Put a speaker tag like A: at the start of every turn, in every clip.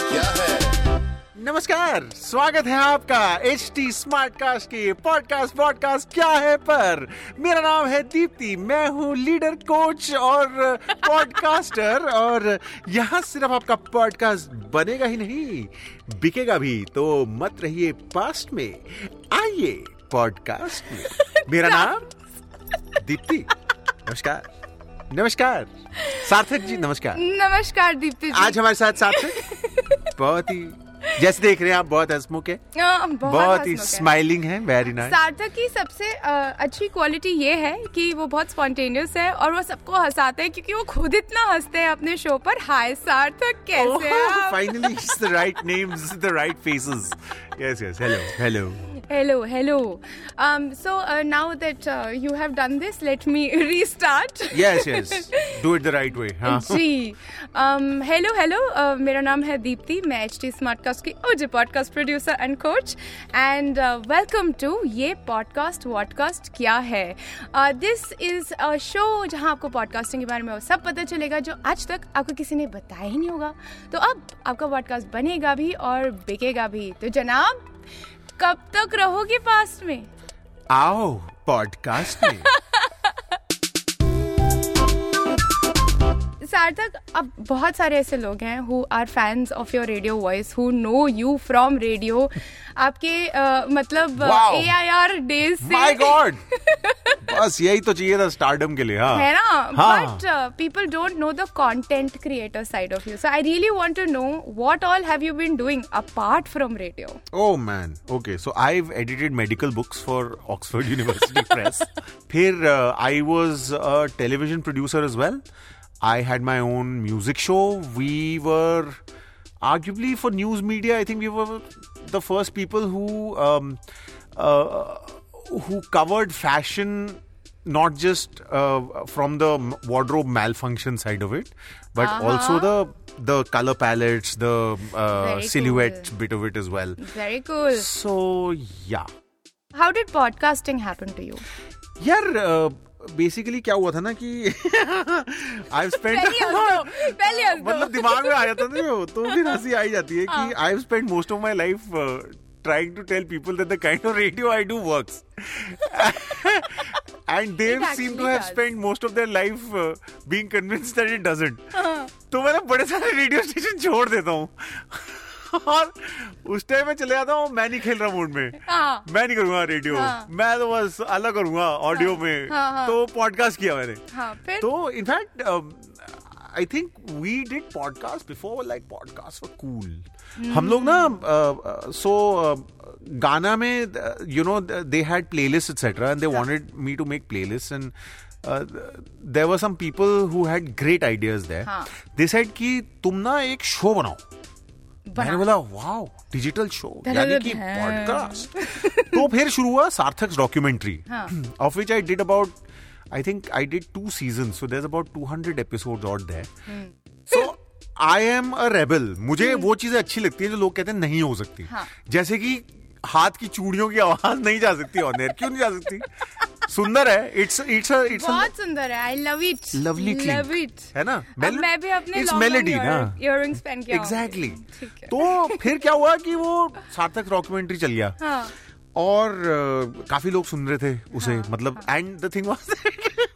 A: क्या है
B: नमस्कार स्वागत है आपका एच टी स्मार्ट कास्ट के पॉडकास्ट पॉडकास्ट क्या है पर मेरा नाम है दीप्ति मैं हूँ लीडर कोच और पॉडकास्टर और यहाँ सिर्फ आपका पॉडकास्ट बनेगा ही नहीं बिकेगा भी तो मत रहिए पास्ट में आइए पॉडकास्ट में मेरा नाम दीप्ति नमस्कार नमस्कार सार्थक जी नमस्कार
C: नमस्कार दीप्ति जी
B: आज हमारे साथ साथ हैं बहुत ही जैसे देख रहे हैं आप बहुत हसमुख है
C: आ,
B: बहुत ही
C: हंसमुख है।
B: स्माइलिंग है वेरी नाइस
C: सार्थक की सबसे अ, अच्छी क्वालिटी ये है कि वो बहुत स्पॉन्टेनियस है और वो सबको हंसाते हैं क्योंकि वो खुद इतना हंसते हैं अपने शो पर हाय सार्थक
B: Oh,
C: कैसे हैं आप
B: finally it's the right names the right faces yes yes hello hello
C: hello hello so now that you have done this let me restart
B: yes yes do it the right way हां
C: जी um, hello hello uh, मेरा नाम है दीप्ति मैं H T Smartcast की RJ podcast producer and coach and welcome to uh, ये podcast vodcast क्या है Uh, this is a show जहां आपको पॉडकास्टिंग के बारे में वो सब पता चलेगा जो आज तक आपको किसी ने बताया ही नहीं होगा तो अब आपका पॉडकास्ट बनेगा भी और बिकेगा भी तो जनाब कब तक रहोगे पास में
B: आओ पॉडकास्ट में
C: सार्थक अब बहुत सारे ऐसे लोग हैं who are fans of your radio voice who know you from radio आपके अ, मतलब
B: Wow.
C: A I R days
B: my
C: से
B: गॉड बस यही तो चाहिए था स्टारडम के लिए हां
C: है ना
B: हाँ।
C: But people don't know the content creator side of you so I really want to know what all have you been doing apart from radio
B: Oh man, okay. So I've edited medical books for Oxford University Press. फिर uh, I was a television producer as well. I had my own music show. We were arguably for news media. I think we were the first people who um, uh, who covered fashion not just uh, from the m- wardrobe malfunction side of it, but
C: Uh-huh.
B: also the the color palettes, the uh,
C: Very
B: silhouette
C: cool.
B: bit of it as well.
C: Very cool
B: So yeah,
C: how did podcasting happen to you
B: यार basically क्या हुआ था ना कि I spend
C: पहले हंस दो, पहले हंस दो।
B: मतलब दिमाग में आ जाता नहीं हो तो फिर हंसी आई जाती है कि
C: हाँ।
B: I have spend most of my life trying to tell people that the kind of radio I do works and they
C: It
B: seem to
C: actually
B: have
C: does.
B: spent most of their life uh, being convinced that it doesn't
C: हाँ।
B: तो मैं ना बड़े सारे radio station छोड़ देता हूँ और उस टाइम मैं चले जाता हूँ मैं नहीं खेल रहा मूड में
C: हाँ।
B: मैं नहीं करूंगा रेडियो
C: हाँ।
B: मैं तो बस अलग करूंगा ऑडियो में
C: हाँ, हाँ।
B: तो पॉडकास्ट किया मैंने
C: हाँ, फिर?
B: तो in fact I think we did podcast before like podcast for cool हम लोग ना uh, सो uh, गाना में uh, you know they had playlist etcetera and they wanted me to make playlist and there were some people who had great ideas
C: हाँ।
B: There they said कि तुम ना एक शो बनाओ
C: तो हाँ।
B: मैंने बोला वाओ डिजिटल शो यानी कि
C: धड़ाधड़।
B: पॉडकास्ट तो फिर शुरू हुआ सार्थक डॉक्यूमेंट्री
C: हाँ।
B: Of which I did about I think I did two season so there about 200 episodes और there
C: hmm.
B: So I am a rebel मुझे वो चीजें अच्छी लगती है जो लोग कहते हैं नहीं हो सकती
C: हाँ।
B: जैसे कि हाथ की चूड़ियों की आवाज नहीं जा सकती ऑन एयर क्यों नहीं जा सकती सुंदर है इट्स इट्स इट्स
C: बहुत सुंदर है I love it
B: Lovely clink.
C: Love it
B: है ना? Mel-
C: मैं भी अपने
B: It's melody ना।
C: इयररिंग्स पहन के
B: एग्जैक्टली
C: ठीक है।
B: तो फिर क्या हुआ कि वो सार्थक डॉक्यूमेंट्री चल गया
C: हाँ।
B: और अ, काफी लोग सुन रहे थे उसे
C: हाँ।
B: मतलब एंड द थिंग वाज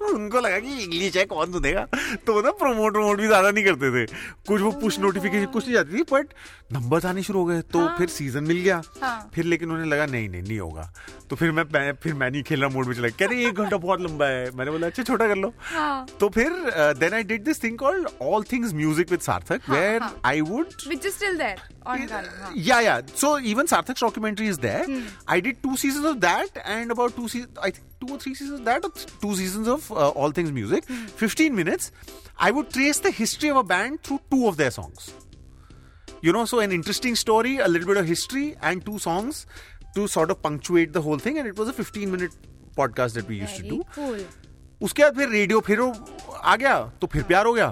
B: उनको लगा कि इंग्लिश है कौन सुनेगा तो ना प्रमोट प्रमोट भी ज्यादा नहीं करते थे कुछ वो पुश
C: हाँ।
B: नोटिफिकेशन कुछ नहीं जाती थी बट नंबर आने शुरू हो गए तो फिर सीजन मिल गया
C: हाँ।
B: फिर लेकिन उन्हें लगा नहीं नहीं नहीं होगा तो फिर मैं मैं- फिर मैं नहीं खेलना मूड में चला गया। कह रहे एक घंटा बहुत लंबा है मैंने बोला अच्छा छोटा कर लो
C: हाँ।
B: तो फिर then I did this thing called all things music with Sarthak where
C: हाँ।
B: I would
C: which is still there on हाँ। Ghana. huh?
B: Yeah, yeah. So even Sarthak's documentary is there. I did two seasons of that and about two seasons, I think two or three seasons of that, or th- two seasons of uh, All Things Music. 15 minutes. I would trace the history of a band through two of their songs. You know, so an interesting story, a little bit of history, and two songs to sort of punctuate the whole thing. And it was a 15 minute podcast that we used to
C: Very
B: do.
C: cool.
B: उसके बाद फिर radio फिर वो आ गया तो फिर प्यार हो गया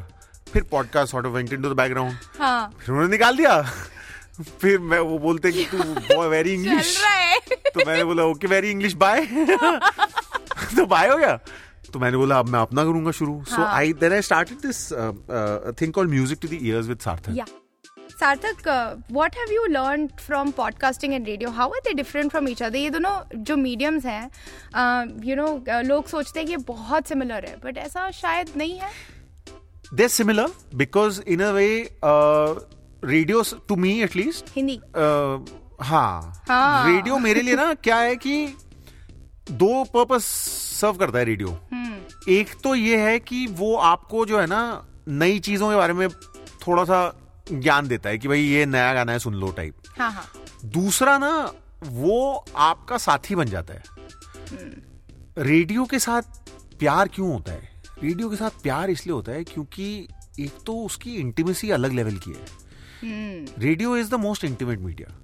B: फिर podcast sort of went into the background
C: हाँ
B: फिर उन्होंने निकाल दिया फिर मैं वो बोलते हैं कि तू वेरी
C: चल
B: इंग्लिश
C: रहा है
B: तो मैंने बोला ओके वेरी इंग्लिश बाय तो बाय हो गया तो मैंने बोला अब मैं अपना करूंगा शुरू सो
C: हाँ।
B: I then I started this thing called music to the ears with Sarthak
C: yeah Sarthak uh, what have you learn from podcasting and radio how are they different from each other ये दोनों जो uh, मीडियम्स हैं you know लोग सोचते हैं कि ये बहुत सिमिलर है बट ऐसा शायद नहीं है
B: they're similar because in a way uh, radios to me at least
C: Hindi
B: uh, हाँ
C: हाँ।
B: रेडियो मेरे लिए ना क्या है कि दो पर्पस सर्व करता है रेडियो एक तो ये है कि वो आपको जो है ना नई चीजों के बारे में थोड़ा सा ज्ञान देता है कि भाई ये नया गाना है सुन लो टाइप
C: हाँ हाँ
B: दूसरा ना वो आपका साथी बन जाता है रेडियो के साथ प्यार क्यों होता है रेडियो के साथ प्यार इसलिए होता है क्योंकि एक तो उसकी इंटीमेसी अलग लेवल की है radio is the most intimate media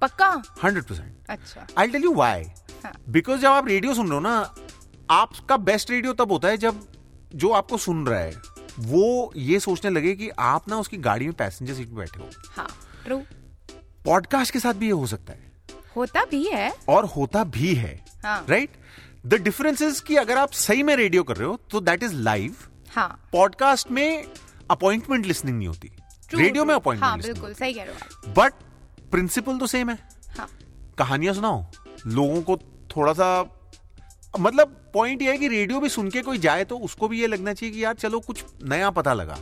C: पक्का
B: हंड्रेड परसेंट
C: अच्छा
B: आई टेल यू वाई
C: हाँ।
B: बिकॉज जब आप रेडियो सुन रहे हो ना आपका बेस्ट रेडियो तब होता है जब जो आपको सुन रहा है वो ये सोचने लगे कि आप ना उसकी गाड़ी में पैसेंजर सीट में बैठे हो
C: हाँ ट्रू
B: पॉडकास्ट के साथ भी ये हो सकता है
C: होता भी है
B: और होता भी है
C: हाँ।
B: राइट द डिफरेंस इज कि अगर आप सही में रेडियो कर रहे हो तो दैट इज लाइव
C: हाँ
B: पॉडकास्ट में अपॉइंटमेंट लिसनिंग नहीं होती
C: true,
B: रेडियो
C: true.
B: में
C: हाँ
B: अपॉइंटमेंट
C: बिल्कुल सही कह रहे हो आप
B: बट प्रिंसिपल तो सेम है
C: हाँ
B: कहानियां सुनाओ लोगों को थोड़ा सा मतलब पॉइंट ये है कि रेडियो भी सुन के कोई जाए तो उसको भी ये लगना चाहिए कि यार चलो कुछ नया पता लगा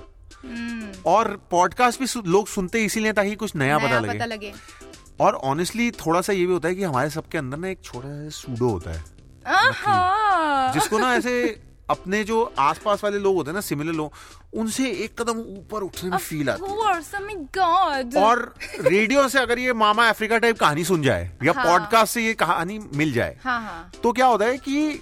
B: और पॉडकास्ट भी सु- लोग सुनते इसीलिए ताकि कुछ नया,
C: नया
B: पता
C: पता
B: लगे
C: लगे
B: और ऑनेस्टली थोड़ा सा ये भी होता है कि हमारे सबके अंदर ना एक छोटा सा सूडो होता है
C: हाँ
B: जिसको ना ऐसे अपने जो आसपास वाले लोग होते हैं ना सिमिलर लोग उनसे एक कदम ऊपर उठने में फील आती है
C: कोर्स माय गॉड
B: और रेडियो से अगर ये मामा अफ्रीका टाइप कहानी सुन जाए या
C: हाँ।
B: पॉडकास्ट से ये कहानी मिल जाए
C: हाँ हाँ
B: तो क्या होता है कि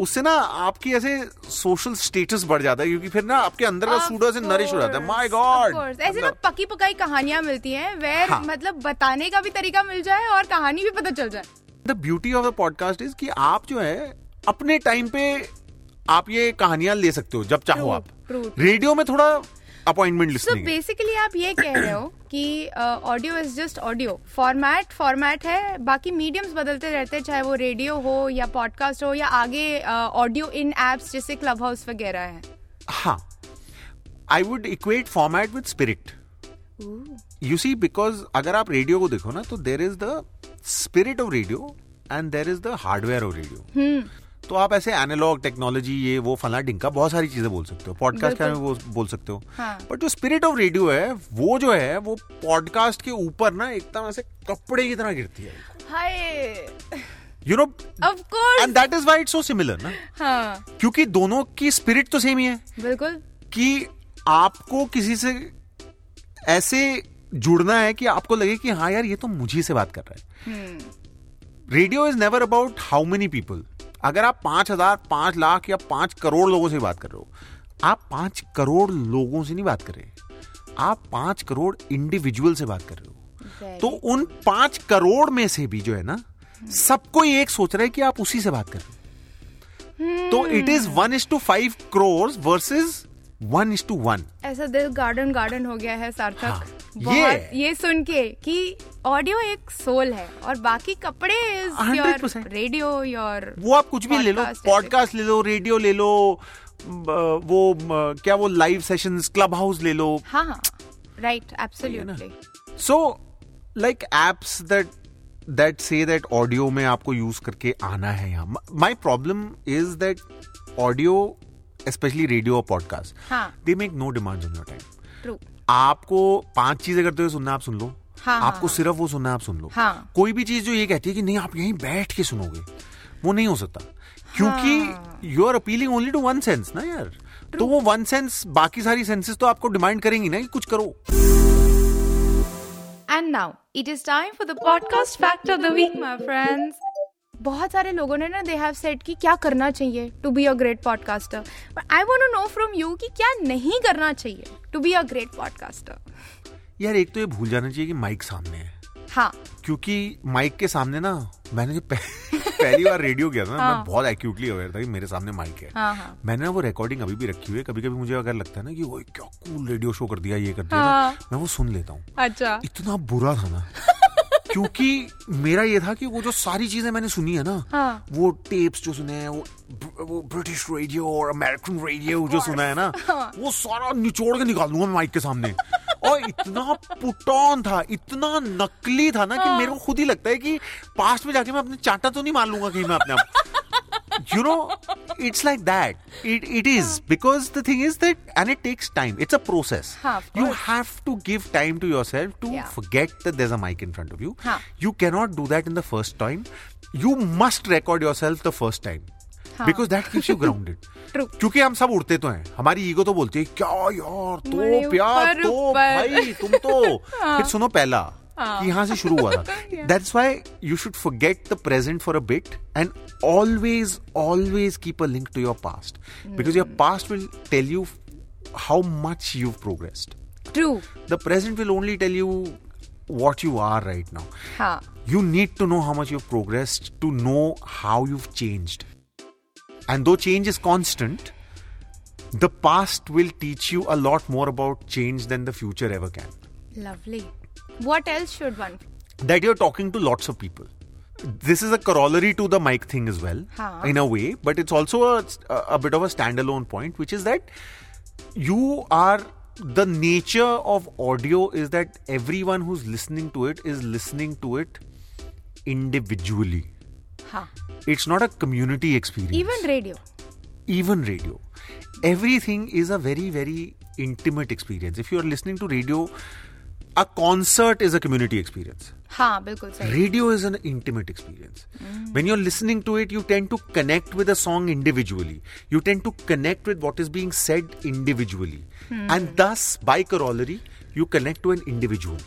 B: उससे ना आपकी ऐसे सोशल स्टेटस बढ़ जाता है क्योंकि फिर ना आपके अंदर का
C: Of
B: सूडो से नरिश हो जाता है
C: course,
B: my
C: of
B: God
C: course. ऐसे ना पकी पकाई कहानियां मिलती हैं वेर
B: हाँ।
C: मतलब बताने का भी तरीका मिल जाए और कहानी भी पता चल जाए
B: the beauty of the podcast is कि आप जो है अपने टाइम पे आप ये कहानियां ले सकते हो जब चाहो
C: True,
B: आप
C: true, true.
B: रेडियो में थोड़ा अपॉइंटमेंट
C: सो
B: लिस्टिंग
C: बेसिकली आप ये कह रहे हो कि audio is just audio format format है बाकी मीडियम्स बदलते रहते हैं चाहे वो रेडियो हो या पॉडकास्ट हो या आगे ऑडियो इन एप्स जैसे क्लब हाउस वगैरह है
B: हाँ I would equate format with spirit you see because अगर आप रेडियो को देखो ना तो there is the spirit of radio and there is the hardware of radio तो आप ऐसे एनालॉग टेक्नोलॉजी ये वो फला ढिंका बहुत सारी चीजें बोल सकते हो पॉडकास्ट के बारे में वो बोल सकते हो
C: हाँ।
B: बट जो स्पिरिट ऑफ रेडियो है वो जो है वो पॉडकास्ट के ऊपर ना एकदम ऐसे कपड़े की तरह गिरती है
C: hi
B: you know
C: of course
B: and that is why it's so similar ना
C: हाँ
B: क्योंकि दोनों की स्पिरिट तो सेम ही है
C: बिल्कुल
B: कि आपको किसी से ऐसे जुड़ना है कि आपको लगे कि हाँ यार ये तो मुझे से बात कर रहा है radio is never about how many people अगर आप पांच हजार पांच लाख या पांच करोड़ लोगों से बात कर रहे हो आप पांच करोड़ लोगों से नहीं बात कर रहे आप पांच करोड़ इंडिविजुअल से बात कर रहे हो
C: Very
B: तो उन पांच करोड़ में से भी जो है ना सबको ये एक सोच रहा है कि आप उसी से बात कर रहे हो तो it is one is to five crore versus one is to one
C: ऐसा दिल गार्डन गार्डन हो गया है सार्थक
B: हाँ,
C: बहुत
B: ये-
C: ये सुन के कि ऑडियो एक सोल है और बाकी कपड़े इज योर
B: 100%
C: रेडियो योर
B: वो आप कुछ भी ले लो
C: Podcast ऐसे।
B: पॉडकास्ट ले लो रेडियो ले लो ब- वो म, क्या वो लाइव सेशंस क्लब हाउस ले लो
C: हाँ हाँ राइट
B: है ना।
C: Absolutely
B: so like apps that that say that audio में आपको यूज करके आना है यहाँ my problem is that audio specially radio और पॉडकास्ट
C: हाँ।
B: They make no demand on your time
C: true
B: आपको पांच चीजें करते हुए सुनना है, आप सुन लो
C: हाँ,
B: आपको
C: हाँ,
B: सिर्फ वो सुनना है, आप सुन लो
C: हाँ।
B: कोई भी चीज जो ये कहती है कि नहीं आप यहीं बैठ के सुनोगे वो नहीं हो सकता
C: हाँ।
B: क्योंकि you are appealing only to one sense ना यार तो वो वन सेंस बाकी सारी सेंसेस तो आपको डिमांड करेंगी ना कि कुछ करो
C: and now it is time for the podcast fact of the week my friends बहुत सारे लोगों ने ना दे हैव सेट कि क्या करना चाहिए to be a great podcaster but I want to know from you कि क्या नहीं करना चाहिए to be a great podcaster
B: यार एक तो ये भूल जाना चाहिए कि माइक सामने है
C: हाँ
B: क्योंकि माइक के सामने ना मैंने जो पह- पहली बार रेडियो गया था ना
C: हाँ।
B: मैं बहुत एक्यूटली अवेयर था कि मेरे सामने माइक है
C: हाँ हाँ
B: मैंने ना वो रिकॉर्डिंग अभी भी रखी हुई है कभी कभी मुझे अगर लगता है ना कि ओए क्या कूल रेडियो शो कर दिया ये कर दिया
C: हाँ।
B: ना, मैं वो सुन लेता हूँ
C: अच्छा
B: इतना बुरा था ना क्योंकि मेरा ये था कि वो जो सारी चीजें मैंने सुनी है ना
C: हाँ।
B: वो टेप्स जो सुने हैं वो वो ब्रिटिश रेडियो और अमेरिकन रेडियो जो सुना है ना
C: हाँ।
B: वो सारा निचोड़ के निकाल दूंगा मैं माइक के सामने और इतना पुटौन था इतना नकली था ना कि
C: हाँ।
B: मेरे को खुद ही लगता है कि पास्ट में जाके मैं अपने चाटा तो नहीं मार लूंगा कहीं मैं अपने आप you know it's like that it it is
C: हाँ।
B: because the thing is that and it takes time it's a process
C: Huh, हाँ, of
B: you
C: course.
B: have to give time to yourself to
C: Yeah.
B: forget that there's a mic in front of you
C: Huh.
B: you cannot do that in the first time you must record yourself the first time because that keeps you grounded
C: True.
B: क्योंकि हम सब उड़ते तो हैं हमारी ego तो बोलती है क्या यार
C: मेरे
B: तो प्यार
C: ऊपर,
B: तो
C: ऊपर."
B: भाई तुम तो फिर सुनो पहला कि यहाँ से शुरू हुआ था
C: Yeah.
B: That's why you should forget the present for a bit and always always keep a link to your past
C: Hmm.
B: Because your past will tell you how much you progressed
C: true
B: the present will only tell you what you are right now
C: हाँ
B: you need to know how much you've progressed to know how you've changed. And though change is constant, the past will teach you a lot more about change than the future ever can.
C: lovely what else should one
B: That you're talking to lots of people. This is a corollary to the mic thing as well,
C: Huh.
B: in a way, but it's also a, a bit of a standalone point, which is that you are the nature of audio is that everyone who's listening to it is listening to it individually.
C: हाँ
B: it's not a community experience
C: even radio
B: even radio everything is a very very intimate experience if you are listening to radio a concert is a community experience
C: हाँ बिल्कुल सही
B: radio is an intimate experience
C: Mm.
B: when you're listening to it you tend to connect with a song individually you tend to connect with what is being said individually
C: Hmm.
B: and thus by corollary you connect to an individual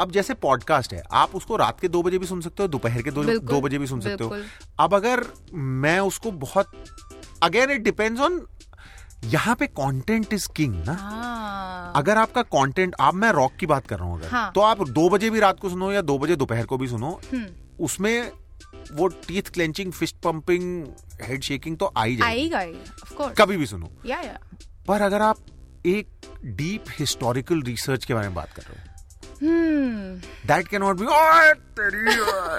B: अब जैसे podcast है आप उसको रात के दो बजे भी सुन सकते हो दोपहर के दो,
C: बिल्कुल,
B: दो बजे भी सुन सकते हो
C: बिल्कुल।
B: अब अगर मैं उसको बहुत अगेन इट डिपेंड्स ऑन यहाँ पे कंटेंट इज किंग ना
C: हाँ
B: अगर आपका कंटेंट आप मैं रॉक की बात कर रहा हूँ अगर
C: हाँ।
B: तो आप दो बजे भी रात को सुनो या दो बजे दोपहर को भी सुनो
C: हम्म।
B: उसमें वो teeth clenching fist pumping head shaking तो आई जाए
C: आएगा ऑफ कोर्स
B: कभी भी सुनो
C: या या
B: पर अगर आप एक डीप हिस्टोरिकल रिसर्च के बारे में बात कर रहे हो
C: हम्म।
B: दैट कैन नॉट बी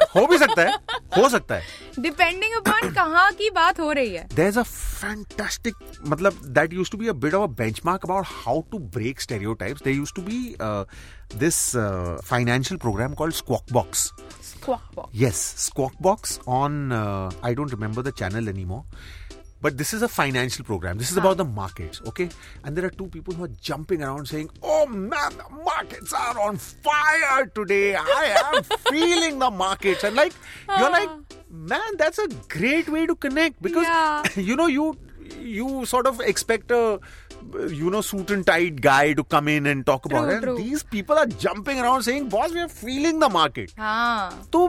B: हो भी सकता है हो सकता है
C: डिपेंडिंग अपॉन कहाँ की बात हो रही है
B: there's a fantastic matlab that used to be a bit of a benchmark about how to break stereotypes there used to be uh, this uh, financial program called squawk box
C: Squawk box.
B: yes squawk box on uh, i don't remember the channel anymore but this is a financial program this is about the markets okay and there are two people who are jumping around saying oh man the markets are on fire today i am feeling the markets and like you're like man that's a great way to connect because
C: Yeah.
B: you know you you sort of expect a you know suit and tied guy to come in and talk about
C: True,
B: it
C: true.
B: and these people are jumping around saying boss we are feeling the market
C: हाँ
B: so तो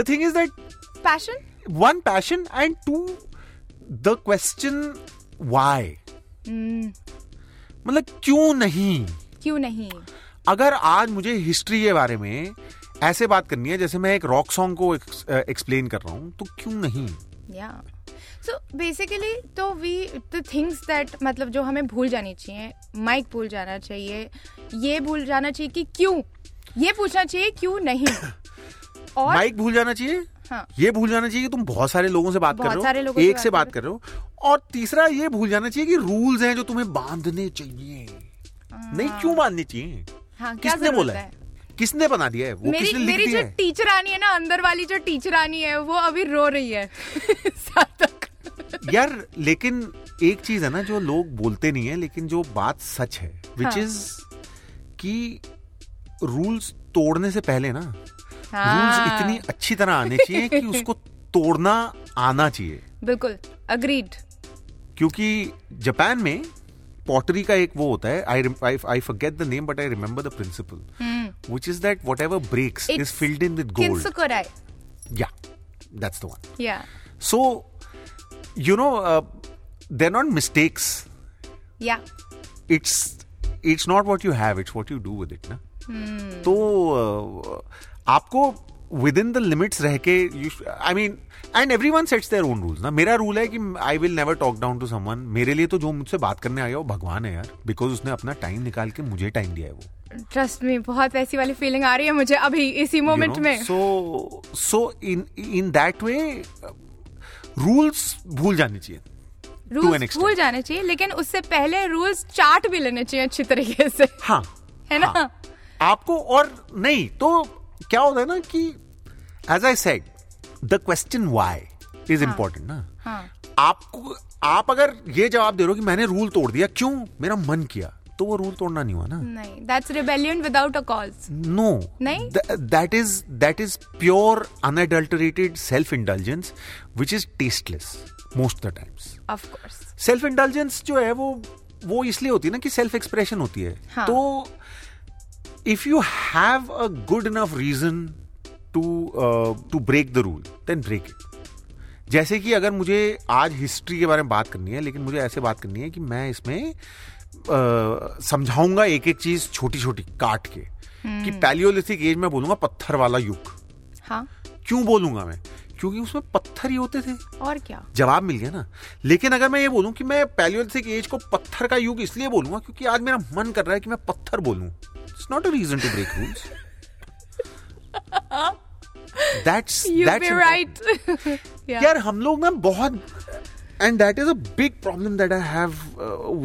B: the thing is that
C: passion
B: one passion and two the question why
C: Hmm.
B: मतलब क्यों नहीं
C: क्यों नहीं
B: अगर आज मुझे हिस्ट्री के बारे में ऐसे बात करनी है जैसे मैं एक रॉक सॉन्ग को एक्सप्लेन कर रहा हूँ तो क्यों नहीं
C: या सो बेसिकली तो वी द थिंग्स दैट मतलब जो हमें भूल जानी चाहिए माइक भूल जाना चाहिए ये भूल जाना चाहिए कि क्यों ये पूछना चाहिए क्यों नहीं और
B: माइक भूल जाना चाहिए
C: हाँ।
B: ये भूल जाना चाहिए कि तुम बहुत सारे लोगों से बात कर
C: बहुत सारे
B: रहे हो
C: लोगों से
B: एक
C: बात
B: से
C: कर
B: बात कर रहे हो और तीसरा ये भूल जाना चाहिए कि रूल्स हैं जो तुम्हें बांधने चाहिए नहीं क्यों बांधने चाहिए
C: हाँ, क्या
B: किसने
C: जरूरत
B: बोला है
C: है?
B: किसने बना दिया है वो
C: मेरी
B: किसने लिख
C: मेरी
B: दिया
C: जो
B: है
C: टीचर आनी है ना अंदर वाली जो टीचर आनी है वो अभी रो रही है सार्थक
B: यार लेकिन एक चीज है ना जो लोग बोलते नहीं है लेकिन जो बात सच है विच
C: हाँ।
B: इज कि रूल्स तोड़ने से पहले ना रूल्स
C: हाँ।
B: इतनी अच्छी तरह आने चाहिए कि उसको तोड़ना आना चाहिए
C: बिल्कुल अग्रीड
B: क्योंकि जापान में पॉटरी का एक वो होता है I I forget the name but I remember the
C: hmm.
B: Principle which is that whatever breaks is
C: It's
B: filled in with gold
C: kintsukuroi
B: या दैट्स द वन
C: या
B: so you know there not mistakes
C: या
B: it's it's not what you have it's what you do with it ना तो uh, आपको within the limits रह के आई mean and everyone sets their own rules ना मेरा rule है कि I will never talk down to someone मेरे लिए तो जो मुझसे बात करने आया वो भगवान है यार बिकॉज उसने अपना टाइम निकाल के मुझे टाइम दिया है वो
C: ट्रस्ट में बहुत ऐसी वाली फीलिंग आ रही है मुझे अभी इसी मोमेंट में
B: so so in in that way rules भूल जाने चाहिए an
C: रूल्स
B: extent.
C: भूल जाने चाहिए लेकिन उससे पहले रूल्स चार्ट भी लेने चाहिए अच्छी तरीके से
B: हाँ
C: है ना?
B: हाँ. आपको और नहीं तो क्या होता है ना कि as I said the question why is important ना
C: हाँ
B: आपको आप अगर ये जवाब दे रहे हो कि मैंने रूल तोड़ दिया क्यों मेरा मन किया तो वो रूल तोड़ना नहीं हुआ ना
C: नहीं that's rebellion without a cause
B: no
C: hmm. नहीं?
B: That is that is pure unadulterated self intelligence which is tasteless most the times
C: of course
B: self intelligence जो है वो वो इसलिए होती है ना कि सेल्फ एक्सप्रेशन होती है
C: हाँ.
B: तो if you have a good enough reason to to break the rule then break it जैसे कि अगर मुझे आज हिस्ट्री के बारे में बात करनी है लेकिन मुझे ऐसे बात करनी है कि मैं इसमें अ, समझाऊंगा एक एक चीज छोटी छोटी काट के कि पैलियोलिथिक एज में बोलूंगा पत्थर वाला युग
C: हाँ
B: क्यों बोलूंगा मैं क्योंकि उसमें पत्थर ही होते थे
C: और क्या
B: जवाब मिल गया ना लेकिन अगर मैं ये बोलूं कि मैं पैलियोलिथिक एज को पत्थर का युग इसलिए बोलूंगा क्योंकि आज मेरा मन कर रहा है कि मैं पत्थर बोलूं it's not a reason to break rules that's
C: you
B: that's
C: B right
B: यार हम लोग ना बहुत and that is a big problem that I have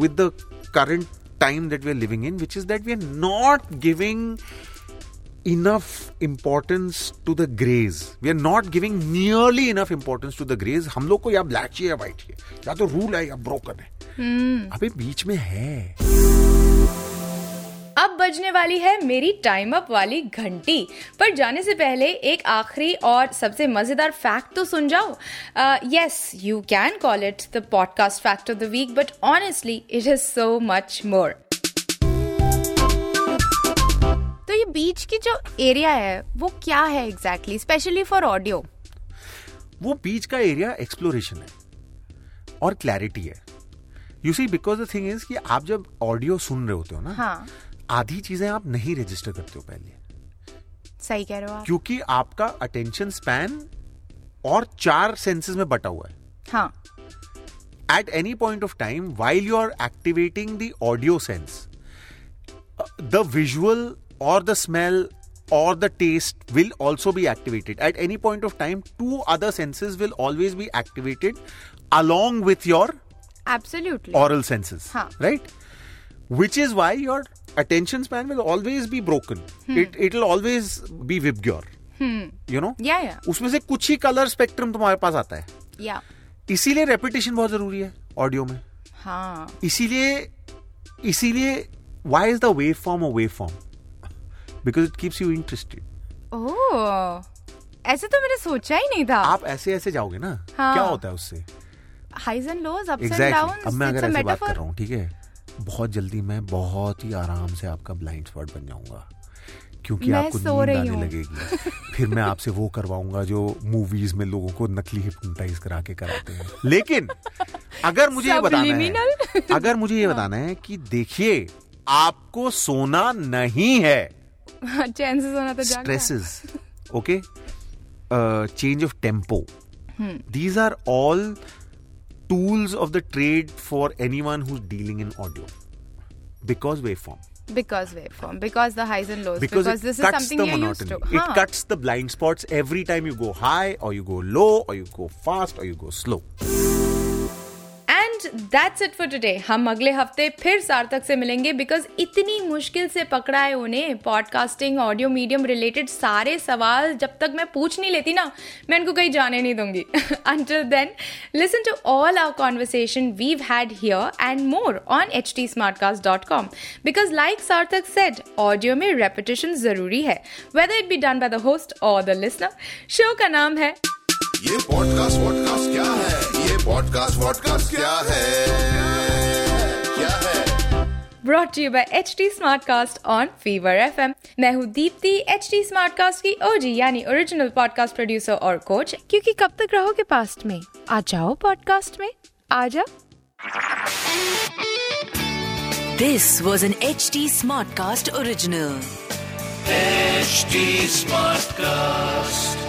B: with the current time that we are living in which is that we are not giving enough importance to the greys we are not giving nearly enough importance to the greys हम लोग को या black चाहिए या white चाहिए या तो rule है या ब्रोकन है अबे बीच में है
C: अब बजने वाली है मेरी टाइम अप वाली घंटी पर जाने से पहले एक आखिरी और सबसे मजेदार फैक्ट तो सुन जाओ yes you can call it the podcast fact of the week but honestly it is so much more तो ये बीच की जो एरिया है वो क्या है एग्जैक्टली स्पेशली फॉर ऑडियो
B: वो बीच का एरिया एक्सप्लोरेशन है और क्लैरिटी है you see because the thing is कि आप जब ऑडियो सुन रहे होते हो ना
C: हाँ
B: आधी चीजें आप नहीं रजिस्टर करते हो पहले
C: सही कह रहे हो आप
B: क्योंकि आपका अटेंशन स्पैन और चार सेंसेस में बटा हुआ है
C: हाँ
B: at any point of time while you are activating the audio sense the visual और the smell or the taste will also be activated at any point of time two other senses will always be activated along with your
C: absolutely
B: oral senses
C: हाँ.
B: right which is why your attention span will always be broken it it will always be vibgyor you know
C: या या
B: उसमें से कुछ ही colour spectrum तुम्हारे पास आता है
C: या
B: इसीलिए रेपिटेशन बहुत जरूरी है ऑडियो में
C: हाँ
B: इसीलिए इसीलिए why is the wave form a wave form because it keeps you interested
C: oh ऐसे तो मैंने सोचा ही नहीं था
B: आप ऐसे ऐसे जाओगे ना
C: हाँ.
B: क्या होता है उससे
C: highs and lows, ups
B: exactly अब
C: and
B: मैं
C: downs.
B: अगर
C: It's a
B: ऐसे बात कर
C: metaphor.
B: रहा हूँ ठीक है बहुत जल्दी मैं बहुत ही आराम से आपका ब्लाइंड स्पॉट बन जाऊंगा क्योंकि
C: मैं
B: आपको
C: सो
B: नींद
C: रही
B: आने
C: हूँ।
B: लगेगी फिर मैं आपसे वो करवाऊंगा जो मूवीज में लोगों को नकली हिप्नोटाइज करा के कराते हैं लेकिन अगर मुझे ये बताना है
C: Subliminal?
B: अगर मुझे ये बताना है कि देखिए आपको सोना नहीं है
C: Chances होना तो जाग रहा है।
B: stresses okay uh, change of tempo
C: Hmm.
B: these are all tools of the trade for anyone who's dealing in audio because waveform
C: Because waveform, because the highs and lows,
B: because,
C: because
B: it
C: this is
B: cuts
C: something
B: the
C: you're used
B: monotony
C: to.
B: it
C: हाँ,
B: cuts the blind spots every time you go high or you go low or you go fast or you go slow
C: And that's it for today. हम अगले हफ्ते फिर सार्थक से मिलेंगे because इतनी मुश्किल से पकड़ा है उन्हें पॉडकास्टिंग ऑडियो मीडियम रिलेटेड सारे सवाल जब तक मैं पूछ नहीं लेती ना मैं इनको कहीं जाने नहीं दूंगी until then listen to all our conversation we've had here and more on H T smartcast.com because like Sarthak said, audio में repetition जरूरी है whether it be done by the host or the listener. Show का नाम है
A: ये podcast vodcast क्या है ये पॉडकास्ट वॉडकास्ट क्या है क्या है
C: brought to you by HT Smartcast on Fever FM. मैं हूँ दीप्ति HT Smartcast की OG यानी ओरिजिनल पॉडकास्ट प्रोड्यूसर और कोच क्योंकि कब तक रहोगे पास्ट में आ जाओ पॉडकास्ट में आ जाओ
D: This was an HT Smartcast original.
E: HD Smartcast.